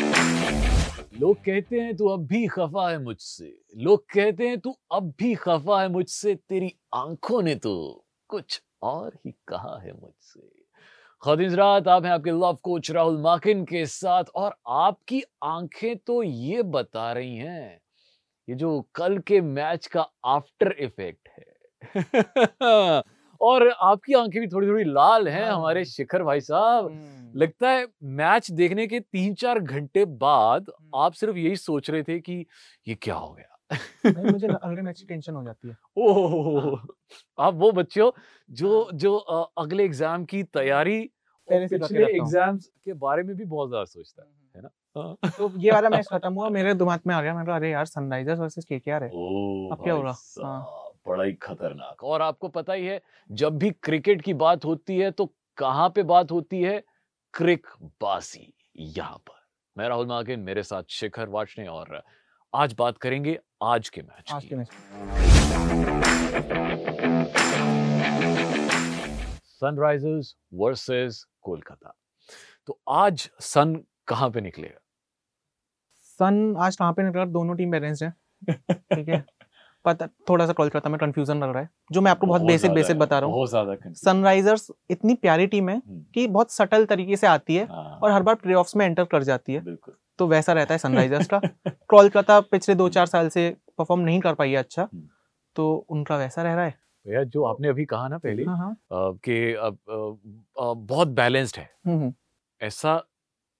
लोग कहते हैं तू अब भी खफा है मुझसे लोग कहते हैं तू अब भी खफा है मुझसे तेरी आंखों ने तो कुछ और ही कहा है मुझसे खादिज रात आप हैं आपके लव कोच राहुल माकिन के साथ और आपकी आंखें तो ये बता रही हैं ये जो कल के मैच का आफ्टर इफेक्ट है और आपकी आंखें भी थोड़ी थोड़ी लाल हैं हमारे शिखर भाई साहब लगता है मैच देखने के तीन चार घंटे बाद आप सिर्फ यही सोच रहे थे कि ये क्या हो गया नहीं, मुझे अगले मैच की टेंशन हो जाती है ओह हाँ। आप वो बच्चे हो जो जो अ, अगले एग्जाम की तैयारी और हाँ। पहले से डर के पिछले रखता हूँ। एग्जाम्स के बारे में भी बहुत ज्यादा सोचता है ना हाँ। तो ये वाला मैच खत्म हुआ मेरे दिमाग में आ गया मैं बोला अरे यार सनराइजर्स वर्सेस केकेआर है ओह, अब क्या हो भाई रहा? साहब, हाँ। बड़ा ही खतरनाक और आपको पता ही है जब भी क्रिकेट की बात होती है तो कहाँ पे बात होती है क्रिक बासी यहाँ पर मैं राहुल मागिन मेरे साथ शिखर वाचने और आज बात करेंगे आज के मैच आज की। के मैच सनराइजर्स वर्सेस कोलकाता तो आज सन कहाँ पे निकलेगा सन आज कहाँ पे निकला दोनों टीम बैलेंस्ड है ठीक है पता थोड़ा सा कोलकाता में कंफ्यूजन लग रहा है जो मैं आपको बहुत बेसिक ज्यादा बेसिक है, बता रहा हूँ बहुत ज्यादा confused। सनराइजर्स इतनी प्यारी टीम है हम्म, कि बहुत सटल तरीके से आती है हाँ, और हर बार प्लेऑफ्स में एंटर कर जाती है बिल्कुल तो वैसा रहता है सनराइजर्स का कोलकाता पिछले दो चार साल से परफॉर्म नहीं कर पाई है अच्छा हम्म। तो उनका वैसा रह रहा है भैया जो आपने अभी कहा ना पहले हाँ हाँ अ, कि अ, अ, अ, बहुत बैलेंस्ड है हम्म, हम्म। ऐसा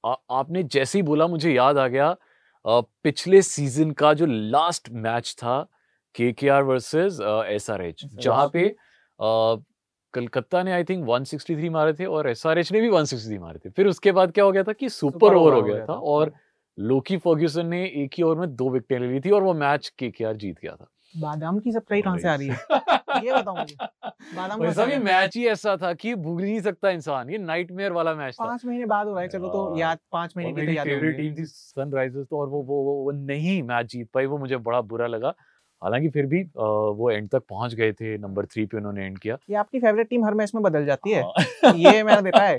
आ, आपने जैसे ही बोला मुझे याद आ गया अ, पिछले सीजन का जो लास्ट मैच था K K R versus S R H जहाँ पे अ, कलकत्ता ने आई थिंक 163 मारे थे और एस आर एच ने भी 163 मारे थे फिर उसके बाद क्या हो गया था कि सुपर ओवर हो गया था और लोकी फर्ग्यूसन ने एक ही ओवर में दो विकेटें ले ली थी और वो मैच के के आर जीत गया था बादाम की सप्लाई कहाँ से आ रही है ये बताओ मुझे। बादाम भाई का साहब, ये सालन। मैच ही ऐसा था कि भूल ही नहीं सकता इंसान ये नाइटमेयर वाला मैच था पाँच महीने बाद हो रहा है चलो तो यार। याद पाँच महीने हाँ। और की तो मेरी याद फेवरेट होगी टीम थी सनराइजर्स तो और वो वो वो, वो नहीं मैच जीत पाई वो मुझे बड़ा बुरा लगा हालांकि फिर भी अ, वो एंड तक पहुंच गए थे नंबर थ्री पे उन्होंने एंड किया ये आपकी फेवरेट टीम हर मैच में बदल जाती है हाँ। ये मैंने देखा है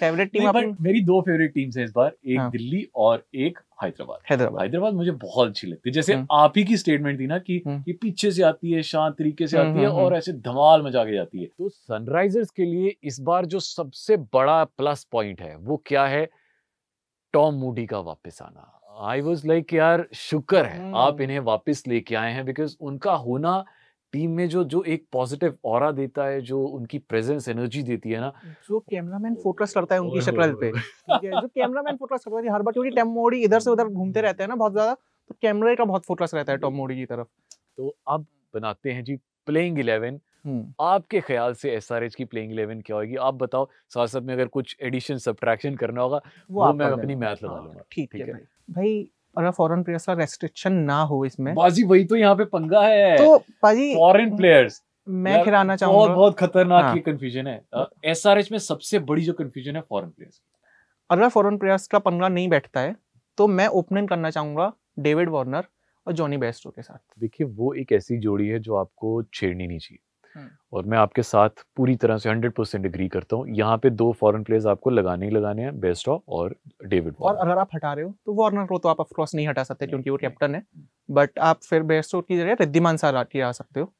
फेवरेट टीम नहीं, अपनी but मेरी दो फेवरेट टीम्स हैं इस बार एक हाँ। दिल्ली और एक हैदराबाद हैदराबाद हैदराबाद मुझे बहुत अच्छी लगती है जैसे हम्म। आप ही की स्टेटमेंट थी ना कि हम्म। ये पीछे से आती है शांत तरीके से हम्म, आती है हम्म, और ऐसे धमाल मचा के जाती है तो सनराइजर्स के लिए इस बार जो सबसे बड़ा प्लस पॉइंट है वो क्या है टॉम मूडी का वापस आना आई वॉज लाइक यार शुक्र है हम्म। आप इन्हें वापस लेके आए हैं बिकॉज उनका होना टीम में जो जो एक पॉजिटिव और देता है जो उनकी प्रेजेंस एनर्जी देती है ना जो कैमरामैन फोकस करता है उनकी ओए, शक्ल ओए, पे ओए। ठीक है, जो कैमरामैन फोकस करता है हर बार क्योंकि टॉम मोडी इधर से उधर हम्म। घूमते रहते हैं ना बहुत ज्यादा तो कैमरे का बहुत फोकस रहता है टॉम मोडी की तरफ तो अब बनाते हैं जी प्लेइंग इलेवन हम्म। आपके ख्याल से एस की प्लेइंग इलेवन क्या होगी आप बताओ साथ साथ में अगर कुछ एडिशन सब्ट्रैक्शन करना होगा वो, आप मैं कर लेना। अपनी मैथ लगा हाँ, लूंगा ठीक है भाई भाई अगर फॉरेन प्लेयर्स का रेस्ट्रिक्शन ना हो इसमें बाजी वही तो यहाँ पे पंगा है तो पाजी फॉरेन प्लेयर्स मैं यार, खिलाना बहुत चाहूंगा बहुत खतरनाक हाँ। ये कंफ्यूजन है एसआरएच में सबसे बड़ी जो कंफ्यूजन है फॉरेन प्लेयर्स अगर फॉरन प्लेयर्स का पंद्रह नहीं बैठता है तो मैं ओपनिंग करना चाहूंगा डेविड वार्नर और जॉनी बेस्टो के साथ देखिए वो एक ऐसी जोड़ी है जो आपको छेड़नी नहीं चाहिए हम्म। और मैं आपके साथ पूरी तरह से 100% परसेंट एग्री करता हूँ यहाँ पे दो फॉरेन प्लेयर्स आपको लगाने ही लगाने हैं बेस्ट और डेविड और अगर आप हटा रहे हो तो वार्नर को तो आप ऑफकोर्स नहीं हटा सकते नहीं, क्योंकि वो नहीं। कैप्टन है बट आप फिर बेस्टो की जगह रिद्धिमान सारा की आ सकते हो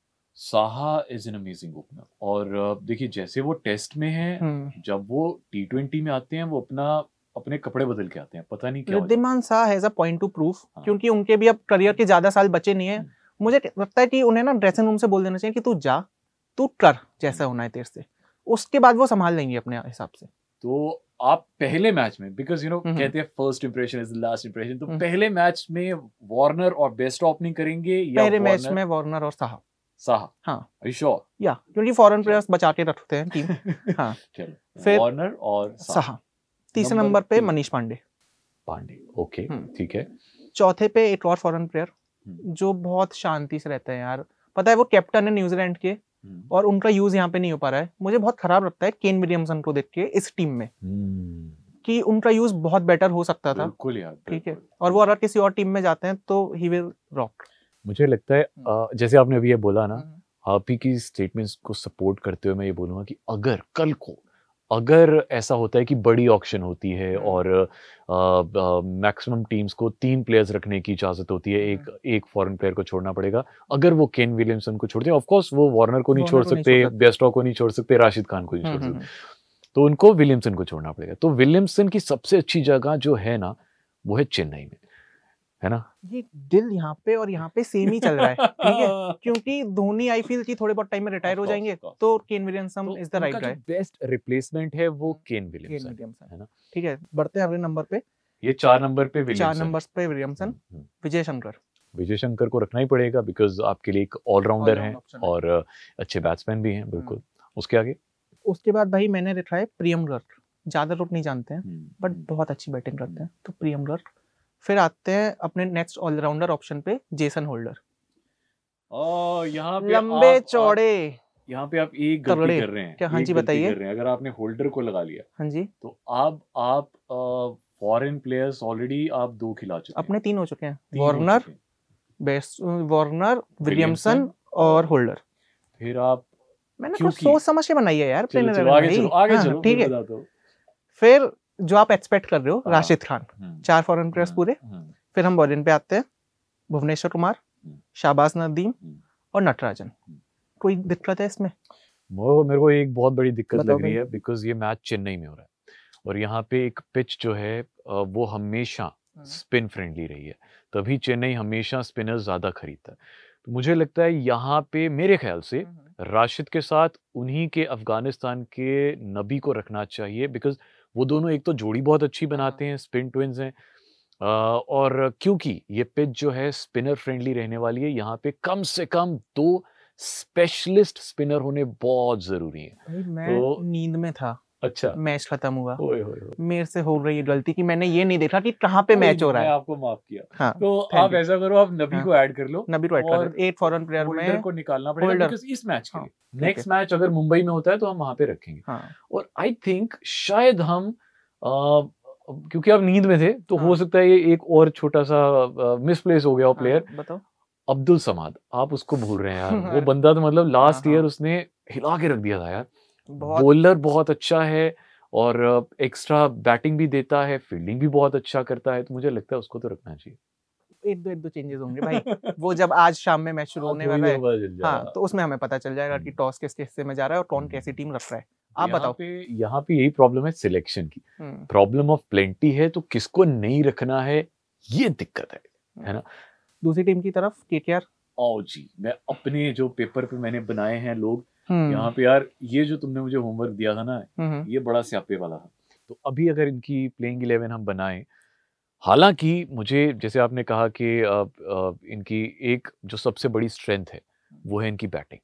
Saha is an amazing opener और अ, देखिए जैसे वो टेस्ट में है हम्म, जब वो टी ट्वेंटी में आते हैं वो अपना अपने कपड़े बदल के आते हैं पता नहीं क्या हो जाता Wriddhiman Shah has a point to prove हाँ। क्योंकि उनके भी अब करियर के ज्यादा साल बचे नहीं है हम्म। मुझे लगता है कि उन्हें ना ड्रेसिंग रूम से बोल देना चाहिए कि तू जा तू कर जैसा होना है तेरे से उसके बाद वो संभाल लेंगे अपने हिसाब से है। तो आप पहले मैच में बिकॉज यू नो हम्म। कहते हैं first impression is the last impression तो हम्म। पहले मैच में वार्नर और बेस्ट ओपनिंग करेंगे या पहले मैच वार्नर- में वार्नर और साहा साहा हाँ। आई श्योर या क्योंकि फॉरेन प्लेयर्स बचा के रखते हैं टीम चलो फिर- वार्नर और साहा साहा हाँ। तीसरे नंबर नंबर पे तीन। मनीष पांडे पांडे ओके हम्म। ठीक है चौथे पे एक और फॉरेन प्लेयर हम्म। जो बहुत शांति से रहते हैं यार पता है वो कैप्टन है न्यूजीलैंड के हम्म। और उनका यूज यहाँ पे नहीं हो पा रहा है मुझे बहुत खराब लगता है केन विलियमसन को देख के इस टीम में हम्म, कि उनका यूज बहुत बेटर हो सकता था बिल्कुल यार ठीक है। बिल्कुल। और वो अगर किसी और टीम में जाते हैं तो ही विल रॉक मुझे लगता है हम्म। अ, जैसे आपने अभी ये बोला ना आप ही की स्टेटमेंट्स को सपोर्ट करते हुए मैं ये बोलूँगा कि अगर कल को अगर ऐसा होता है कि बड़ी ऑक्शन होती है हम्म। और मैक्सिमम टीम्स को तीन प्लेयर्स रखने की इजाजत होती है एक हम्म। एक फॉरेन प्लेयर को छोड़ना पड़ेगा अगर वो केन विलियमसन को छोड़ते ऑफ कोर्स वो वार्नर को नहीं वार्नर छोड़ को नहीं सकते छोड़ सकते। बेस्टॉ को नहीं छोड़ सकते राशिद खान को नहीं हम्म, छोड़ सकते तो उनको विलियमसन को छोड़ना पड़ेगा तो विलियमसन की सबसे अच्छी जगह जो है ना वो है चेन्नई में है ना हम्म। ये दिल यहाँ पे और यहाँ पे सेम ही चल रहा है ठीक है क्योंकि धोनी आई फील की थोड़े बहुत टाइम में रिटायर हो Of course, जाएंगे of course. तो Kane Williamson is the right guy best replacement है वो केन केन विलियमसन है विलियमसन ना? ठीक है बढ़ते हैं अगले नंबर पे ये चार नंबर पे विलियमसन चार नंबर पे विलियमसन हम्म, हम्म। विजय शंकर विजय शंकर को रखना ही पड़ेगा बिकॉज आपके लिए एक ऑलराउंडर All-round हैं option है। हम्म। और अ, अच्छे बैट्समैन भी हैं बिल्कुल उसके आगे उसके बाद भाई मैंने रखा है प्रियम गर्ग ज्यादा लोग नहीं जानते हैं हम्म, बट बहुत अच्छी बैटिंग करते हैं तो प्रियम गर्ग फिर आते हैं अपने नेक्स्ट ऑलराउंडर ऑप्शन पे जेसन होल्डर ओ, यहाँ पे लंबे आप- आप- चौड़े यहाँ पे आप एक गलती तगड़े। कर रहे हैं क्या? हाँ एक जी, गलती बताइए। कर रहे हैं अगर आपने होल्डर को लगा लिया हाँ जी तो अब आप फॉरेन प्लेयर्स ऑलरेडी आप दो खिला चुके हैं। अपने तीन हो चुके हैं तीन हो वार्नर चुके हैं। बेस्ट वार्नर विलियमसन विलियमसन और होल्डर फिर आप मैंने तो क्योंकि- सोच समझ के बनाई है यार चलो प्लेन चलो आगे चलो आगे चलो हाँ, ठीक फिर है बता दो फिर जो आप एक्सपेक्ट कर रहे हो हाँ। राशिद खान हम्म, चार फॉरेन प्लेयर्स हम्म, पूरे हम्म, फिर हम बॉलिंग पे आते हैं भुवनेश्वर कुमार हम्म। शाहबाज नदीम हम्म। और नटराजन हम्म। कोई दिक्कत है इसमें वो मेरे को एक बहुत बड़ी दिक्कत बताओ लग रही भाई। है बिकॉज ये मैच चेन्नई में हो रहा है और यहाँ पे एक पिच जो है अ, वो हमेशा हम्म। स्पिन फ्रेंडली रही है तभी चेन्नई हमेशा स्पिनर ज्यादा खरीदता है तो मुझे लगता है यहाँ पे मेरे ख्याल से हम्म, राशिद के साथ उन्हीं के अफगानिस्तान के नबी को रखना चाहिए बिकॉज वो दोनों एक तो जोड़ी बहुत अच्छी बनाते हाँ। हैं स्पिन ट्विंस हैं अ, और क्योंकि ये पिच जो है स्पिनर फ्रेंडली रहने वाली है यहाँ पे कम से कम दो स्पेशलिस्ट स्पिनर होने बहुत जरूरी है भाई मैं तो- नींद में था अच्छा मैच खत्म हुआ ओए होए होए। मेरे से हो रही है गलती कि मैंने ये नहीं देखा कि कहाँ पे मैच हो रहा मैं है आपको माफ किया हाँ तो thank आप you. ऐसा करो आप नबी हाँ। को ऐड कर लो नबी वाइट और कर एट फॉरेन प्लेयर होल्डर में को निकालना पड़ेगा होल्डर। because इस मैच के हाँ, लिए नेक्स्ट मैच अगर मुंबई में होता है तो हम वहां पे रखेंगे हाँ और आई थिंक शायद हम अ, क्योंकि आप नींद में थे तो हो हाँ। सकता है ये एक और छोटा सा मिसप्लेस हो गया हो प्लेयर हाँ, बताओ अब्दुल समाद आप उसको भूल रहे हैं यार वो अरे। बंदा तो मतलब लास्ट हाँ, ईयर हाँ। उसने हिला के रख दिया था यार बहुत बॉलर बहुत अच्छा है और एक्स्ट्रा बैटिंग भी देता है फील्डिंग भी बहुत अच्छा करता है तो मुझे लगता है उसको तो रखना चाहिए एक दो एक दो चेंजेस होंगे भाई वो जब आज शाम में मैच शुरू होने हाँ, थोड़ी वाला देर है बाद जल जाएगा। हाँ तो उसमें हमें पता चल जाएगा कि हम्म। टॉस किस हिस्से में जा रहा है और कौन कैसी टीम रख रहा है आप यहाँ बताओ पे यहाँ पे यही प्रॉब्लम है सिलेक्शन की हम्म, प्रॉब्लम ऑफ प्लेंटी है तो किसको नहीं रखना है ये दिक्कत है दूसरी टीम की तरफ केकेआर आओ जी मैं अपने जो पेपर पे मैंने बनाए हैं लोग हम्म। यहाँ पे यार ये जो तुमने मुझे होमवर्क दिया था ना ये बड़ा स्यापे वाला था तो अभी अगर इनकी प्लेइंग इलेवन हम बनाएं हालांकि मुझे जैसे आपने कहा कि अ, अ, इनकी एक जो सबसे बड़ी स्ट्रेंथ है वो है इनकी बैटिंग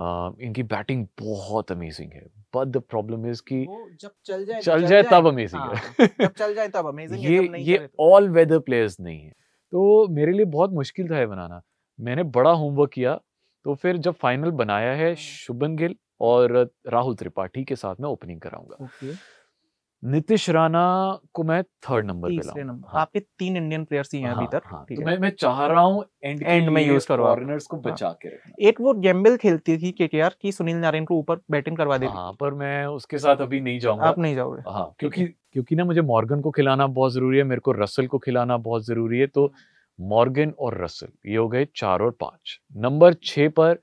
इनकी बैटिंग बहुत अमेजिंग है बट द प्रॉब्लम इज कि जब चल जाए चल जाए तब अमेजिंग हाँ, है जब चल जाए तब अमेजिंग है ये जब नहीं ये करे तो- ऑल वेदर प्लेयर्स नहीं है तो मेरे लिए बहुत मुश्किल था ये बनाना मैंने बड़ा होमवर्क किया तो फिर जब फाइनल बनाया है हम्म। शुभन गिल और राहुल त्रिपाठी के साथ मैं ओपनिंग कराऊंगा ओके, नितिश राणा को मैं थर्ड नंबर पे तीसरे लाऊं। नंबर हाँ, आपके तीन इंडियन प्लेयर्स ही हैं अभी हाँ, तक हाँ, ठीक तो है। मैं मैं चाह रहा हूँ एंड End में use हाँ। करो आप। फॉरेनर्स को बचा के रखना एक वो गैम्बल खेलती थी केकेआर की सुनील नारायण को ऊपर बैटिंग करवा देती हाँ पर मैं उसके साथ अभी नहीं जाऊंगा आप नहीं जाओगे हाँ क्योंकि क्योंकि ना मुझे मॉर्गन को खिलाना बहुत जरूरी है मेरे को रसल को खिलाना बहुत जरूरी है तो हम्म। मॉर्गन और रसल ये हो गए चार और पांच नंबर छह पर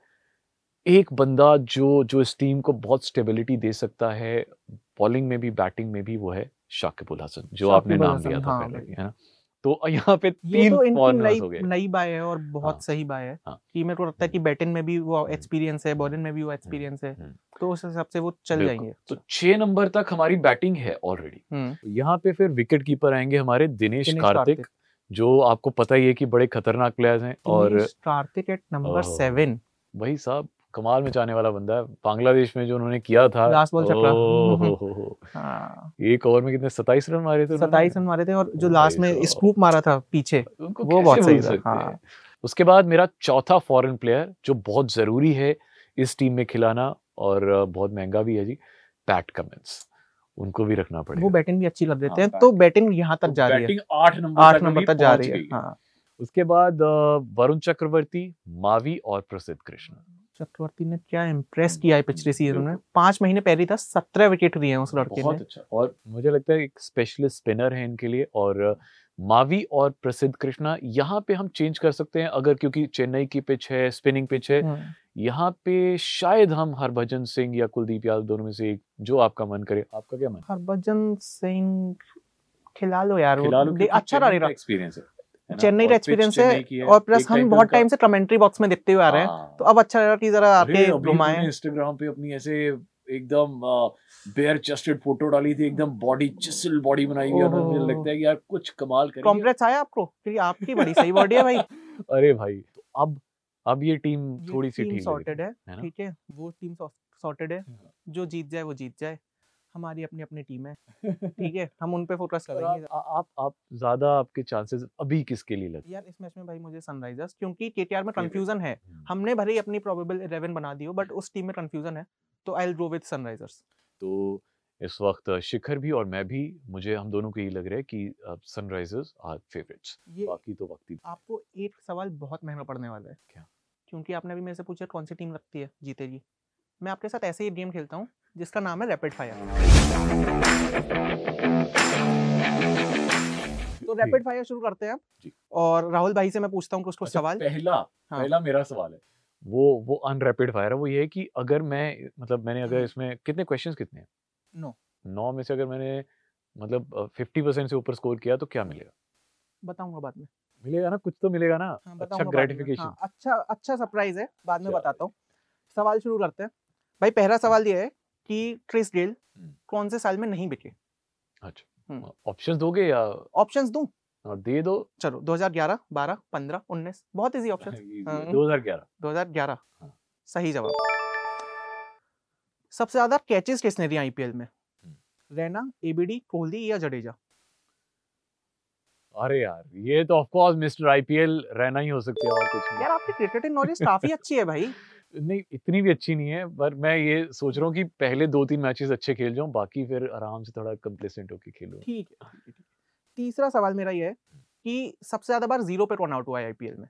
एक बंदा जो जो इस टीम को बहुत स्टेबिलिटी दे सकता है बॉलिंग में भी बैटिंग में भी वो है शाकिब उल हसन जो आपने शाकिब उल नाम लिया हसन, था हाँ, पहले भी, है ना तो यहाँ पे ये तीन तो इनकी फॉरनर्स हो नई गए नई बाय है और बहुत हाँ, सही बाय है हाँ। कि मेरे को लगता है कि बैटिंग में भी वो एक्सपीरियंस है बॉलिंग में भी वो एक्सपीरियंस है हम्म। तो उस हिसाब से वो चल बिल्कुल। जाएंगे तो छह नंबर तक हमारी बैटिंग है ऑलरेडी हम्म, यहाँ पे फिर विकेट कीपर आएंगे हमारे दिनेश दिनेश कार्तिक जो आपको पता ही है कि बड़े खतरनाक प्लेयर्स हैं और दिनेश कार्तिक एट नंबर ओह, सेवन भाई साहब कमाल मचाने वाला बंदा है बांग्लादेश में जो उन्होंने किया था Last ball चपड़ा। ओ, हो, हो, हो। हाँ, एक ओवर में कितने 27 रन मारे थे उन्होंने? 27 रन मारे थे और जो ओ लास्ट भाई में साहब। स्कूप मारा था पीछे उनको वो कैसे बहुत सही भूल था, सकते हाँ। हैं? उसके बाद मेरा चौथा फॉरेन प्लेयर जो बहुत जरूरी है इस टीम में खिलाना और अ, बहुत महंगा भी है जी पैट कमिंस उनको भी रखना पड़ेगा वो बैटिंग भी अच्छी कर देते हाँ, हैं तो बैटिंग यहाँ तक जा रही है बैटिंग आठ नंबर आठ तक नंबर अभी तक जा पहुंच रही है गई। हाँ उसके बाद अ, वरुण चक्रवर्ती मावी और प्रसिद्ध कृष्णा चक्रवर्ती ने क्या इम्प्रेस किया है पिछले हम्म, सीजन में बिल्कुल। पांच महीने पहले था सत्रह विकेट लिए हैं उस लड़के बहुत ने अच्छा और मुझे लगता है एक स्पेशलिस्ट स्पिनर है इनके लिए और अ, मावी और प्रसिद्ध कृष्णा यहाँ पे हम चेंज कर सकते हैं अगर क्योंकि चेन्नई की पिच है स्पिनिंग पिच है हम्म, यहाँ पे शायद हम हरभजन सिंह या कुलदीप यादव दोनों में से एक जो आपका मन करे आपका क्या मन हरभजन सिंह खिला लो यार वो। खिला लो दे- क्योंकि अच्छा चेन्नई रहा का एक्सपीरियंस है है ना? चेन्नई और का पिच एक्सपीरियंस चेन्नई की है और प्लस एक हम पे बहुत उनका- टाइम से कमेंट्री बॉक्स में देखते हुए आ रहे हैं हाँ। तो अब अच्छा लगा कि जरा अरे, आके अभी उन्होंने घुमाए इंस्टाग्राम पे अपनी ऐसे एकदम बेयर चेस्टेड फोटो डाली थी एकदम बॉडी चिसल बॉडी बनाई हुई है और मुझे ओहो। लगता है कि यार कुछ कमाल करेंगे कॉम्प्लेक्स आया आपको क्योंकि आपकी बड़ी सही बॉडी है भाई अरे भाई तो अब अब ये टीम थोड़ी सी टीम ठीक है सॉर्टेड है है ना? ठीक है वो टीम सॉर्टेड है हाँ। जो जीत जाए वो जीत जाए हमारी अपनी अपनी टीम है ठीक है हम उन पे फोकस और करेंगे आप आ- आप आप ज्यादा आपके चांसेस अभी किसके लिए लगते यार इस मैच में भाई मुझे सनराइजर्स क्योंकि केटीआर में ठीक है। कंफ्यूजन है हैं? हमने भले ही अपनी प्रोबेबल 11 बना दी हो बट उस टीम में कंफ्यूजन है तो I will go with Sunrisers तो इस वक्त शिखर भी और मैं भी मुझे हम दोनों को ये लग रहा है कि सनराइजर्स आर फेवरेट्स ये बाकी तो वक्त ही आपको एक सवाल बहुत महंगा पड़ने वाला है क्या? क्योंकि आपने अभी मेरे से पूछा कौन सी टीम लगती है जीतेगी मैं आपके साथ ऐसे ही गेम खेलता हूँ जिसका नाम है रैपिड फायर तो रैपिड फायर शुरू करते हैं आप जी। और राहुल भाई से मैं पूछता हूँ कुछ कुछ अच्छा, सवाल पहला हाँ। पहला मेरा सवाल है वो वो अनरैपिड फायर है वो ये है कि अगर मैं मतलब मैंने अगर इसमें कितने क्वेश्चंस कितने हैं हाँ। नौ। नौ में से अगर मैंने मतलब फिफ्टी परसेंट से ऊपर स्कोर किया तो क्या मिलेगा बताऊंगा बाद में मिलेगा ना कुछ तो मिलेगा ना हाँ, अच्छा बताऊंगा बाद में। ग्रेटिफिकेशन हाँ, अच्छा अच्छा सरप्राइज है बाद में अच्छा। बताता हूँ सवाल शुरू करते हैं भाई पहला सवाल ये है कि क्रिस गेल हम्म। कौन से साल में नहीं बिके हम्म। ऑप्शंस दोगे या ऑप्शंस दूं और दे दो चलो 2011 12 15 19 बहुत इजी ऑप्शन हाँ। दो हजार ग्यारह 2011 हाँ। सही जवाब सबसे ज्यादा कैचेस किसने दिए आईपीएल में हम्म। रैना एबीडी कोहली या जडेजा अरे यार ये तो ऑफ कोर्स मिस्टर आईपीएल रहना ही हो सकती है और कुछ नहीं यार आपकी क्रिकेटिंग नॉलेज काफी अच्छी है भाई नहीं इतनी भी अच्छी नहीं है पर मैं ये सोच रहा हूँ कि पहले दो तीन मैचेस अच्छे खेल जाऊं बाकी फिर आराम से थोड़ा कंप्लेसेंट होके खेलूं ठीक है, ठीक है ठीक है। तीसरा सवाल मेरा ये है हम्म। कि सबसे ज्यादा बार जीरो पे कौन आउट हुआ है आईपीएल में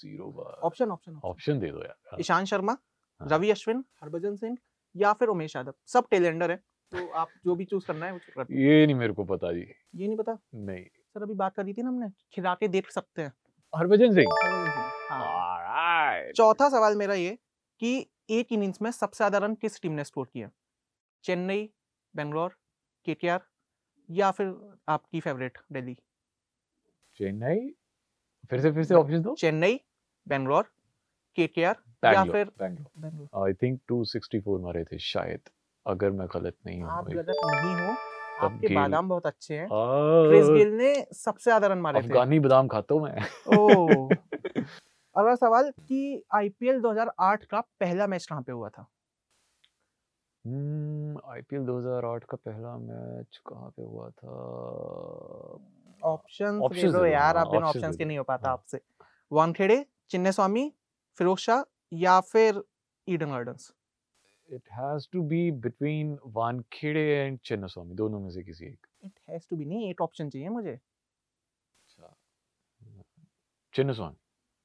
जीरो बार ऑप्शन ऑप्शन ऑप्शन। ऑप्शन दे दो यार ईशान शर्मा हाँ। रवि अश्विन हरभजन सिंह या फिर उमेश यादव सब टेलेंडर है तो आप जो भी चूज करना है वो कर ये नहीं मेरे को पता जी ये नहीं पता नहीं सर अभी बात करी थी ना हमने खिला के देख सकते हैं हरभजन सिंह हरभजन सिंह हाँ ऑलराइट चौथा सवाल मेरा ये कि एक इनिंग्स में सबसे ज्यादा रन किस टीम ने स्कोर किया चेन्नई बेंगलोर केकेआर या फिर आपकी फेवरेट दिल्ली चेन्नई फिर से फिर से ऑप्शन दो चेन्नई बेंगलोर केकेआर या बैंगलोर फिर बैंगलोर बेंगलोर आई थिंक 264 मारे थे शायद अगर मैं गलत नहीं हूं आप गलत नहीं हो तब आपके गेल- बादाम बहुत अच्छे हैं क्रिस आ, गेल ने सबसे ज्यादा रन मारे थे अफगानी बादाम खाता हूं मैं ओ अगला सवाल कि आईपीएल 2008 का पहला मैच कहाँ पे हुआ था आईपीएल 2008 का पहला मैच कहाँ पे हुआ था ऑप्शन Options दे दे दो दो, यार हाँ, आप बिना options ऑप्शंस दे के दो, नहीं हो पाता हाँ। आपसे वानखेड़े चिन्ने स्वामी फिरोज शाह या फिर Eden gardens it has to be between Wankhede and Chinnaswamy दोनों में से किसी एक इट हैज टू बी नहीं एक ऑप्शन चाहिए मुझे चिन्नास्वामी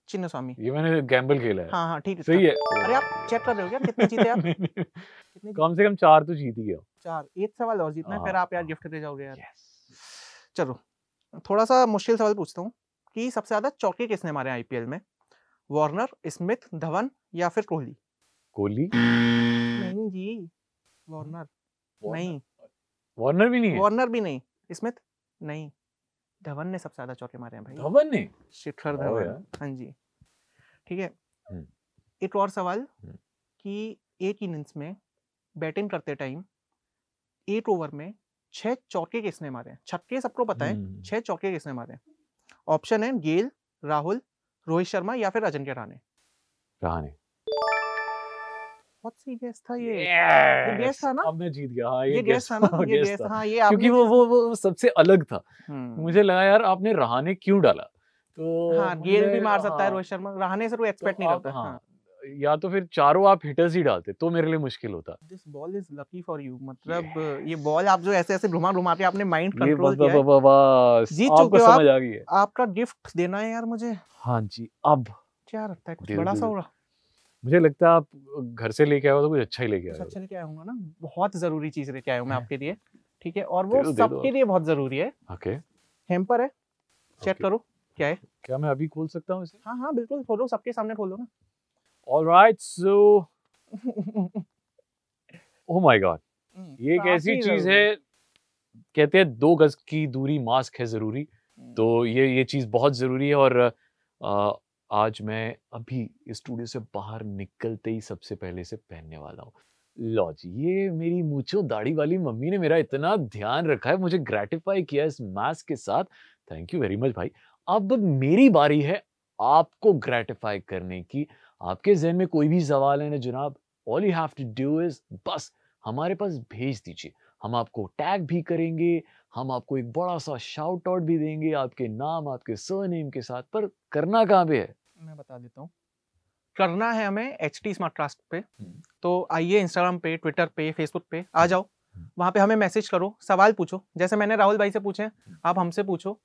चिन्ने स्वामी ये मैंने गैम्बल खेला है हाँ हाँ ठीक है सही है अरे आप चेक कर रहे हो क्या कितने जीते आप कितने जीते? कम से कम चार तो जीत ही गया चार एक सवाल और जीतना है फिर हाँ, आप यार हाँ। गिफ्ट दे जाओगे यार Yes. चलो थोड़ा सा मुश्किल सवाल पूछता हूँ कि सबसे ज्यादा चौके किसने मारे आईपीएल में वार्नर स्मिथ धवन या फिर कोहली कोहली नहीं जी वार्नर नहीं वार्नर भी नहीं है वार्नर भी नहीं स्मिथ नहीं धवन ने सबसे ज्यादा चौके मारे हैं भाई धवन ने शिखर वाह धवन यार। हाँ जी ठीक है हम्म। एक और सवाल हम्म। कि एक इनिंग्स में बैटिंग करते टाइम एक ओवर में छह चौके किसने मारे हैं छक्के सबको पता है हम्म। छह चौके किसने मारे हैं ऑप्शन है गेल राहुल रोहित शर्मा या फिर अजिंक्य रहाणे रहा नहीं बहुत सी गेस था ये Yes! ये guess था ना? अब मैं जीत गया हाँ ये गेस था ना ये guess गेस था। हाँ ये क्योंकि आपने- वो वो वो सबसे अलग था हम्म। मुझे लगा यार आपने रहाने क्यों डाला तो हाँ गेंद भी मुझे- मार सकता है हाँ, रोहित शर्मा रहाने से कोई तो एक्सपेक्ट नहीं आप- करता हाँ हाँ, या तो फिर चारों आप हिटर्स ही डालते तो मेरे लिए मुश्किल होता this ball is lucky for you मतलब ये बॉल आप जो ऐसे ऐसे घुमा घुमा के आपने माइंड ये कंट्रोल बस किया है बस बस बस जीत आपको चुके हो आप। समझ आ गई है आपका गिफ्ट देना है यार मुझे हाँ जी अब क्या लगता है कुछ दे दो, बड़ा दे सा दो। होगा मुझे लगता है आप घर से लेके आए हो तो कुछ अच्छा ही लेके कुछ आए अच्छा हो लेके आया हूँ ना बहुत जरूरी चीज लेके आया हूँ मैं आपके लिए ठीक है और वो दे दो, दे दो सबके लिए बहुत जरूरी है ओके हेम्पर है चेक Okay. करो क्या मैं अभी खोल सकता हूँ इसे हाँ हाँ बिल्कुल खोलो सबके सामने खोलो ना alright so oh my God ये एक हम्म, काफी ऐसी चीज जरूरी है कहते हैं दो गज की दूरी मास्क है जरूरी हम्म। तो ये ये चीज बहुत जरूरी है और आ, आज मैं अभी इस स्टूडियो से बाहर निकलते ही सबसे पहले से पहनने वाला हूँ लो जी ये मेरी मूछो दाढ़ी वाली मम्मी ने मेरा इतना ध्यान रखा है मुझे ग्रेटिफाई किया इस मास्क के साथ थैंक यू वेरी मच भाई अब मेरी बारी है आपको ग्रेटिफाई करने की आपके जहन में कोई भी सवाल है ना जनाब all you have to do is बस हमारे पास भेज दीजिए हम आपको टैग भी करेंगे हम आपको एक बड़ा सा शाउट आउट भी देंगे आपके नाम आपके सरनेम के साथ पर करना कहाँ पे है मैं बता देता हूँ करना है हमें एच टी स्मार्ट ट्रस्ट पे तो आइए इंस्टाग्राम पे ट्विटर पे फेसबुक पे आ जाओ वहाँ पे हमें मैसेज करो सवाल पूछो जैसे मैंने राहुल भाई से पूछे हैं, आप हमसे पूछो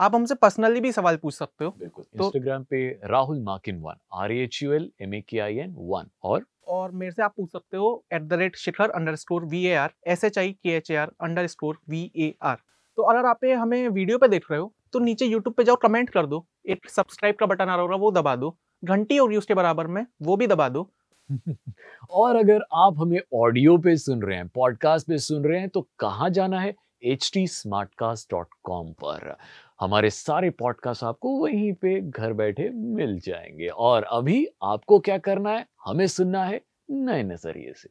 आप हमसे पर्सनली भी सवाल पूछ सकते हो बिल्कुल तो- इंस्टाग्राम पे Rahul Makin one R H U L M A K I N one और और मेरे से आप पूछ सकते हो at the rate Shikhar underscore V A R S H I K H A R underscore V A R तो अगर आप ये हमें वीडियो पे देख रहे हो तो नीचे यूट्यूब पे जाओ कमेंट कर दो एक सब्सक्राइब का बटन आ रहा होगा वो दबा दो घंटी और उसके बराबर में वो भी दबा दो और अगर आप हमें ऑडियो पे सुन रहे हैं पॉडकास्ट पे सुन रहे हैं तो कहाँ जाना है एच टी पर हमारे सारे पॉडकास्ट आपको वहीं पे घर बैठे मिल जाएंगे और अभी आपको क्या करना है हमें सुनना है नए नजरिए से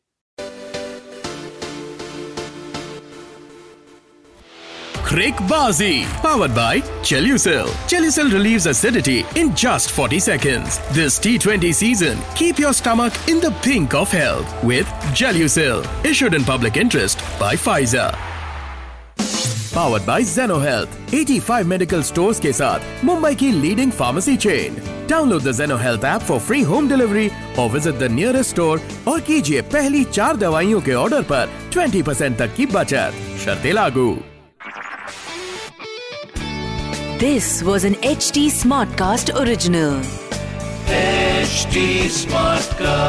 Crick Bazi, powered by Chelucil. Chelucil relieves acidity in just 40 seconds. This T20 season, keep your stomach in the pink of health with Chelucil. Issued in public interest by Pfizer. Powered by Zeno Health, 85 medical stores के साथ मुंबई की leading pharmacy chain. Download the Zeno Health app for free home delivery or visit the nearest store और कीजिए पहली चार दवाइयों के order पर 20% तक की बचत शर्तें लागू This was an HT Smartcast original. HD Smartcast.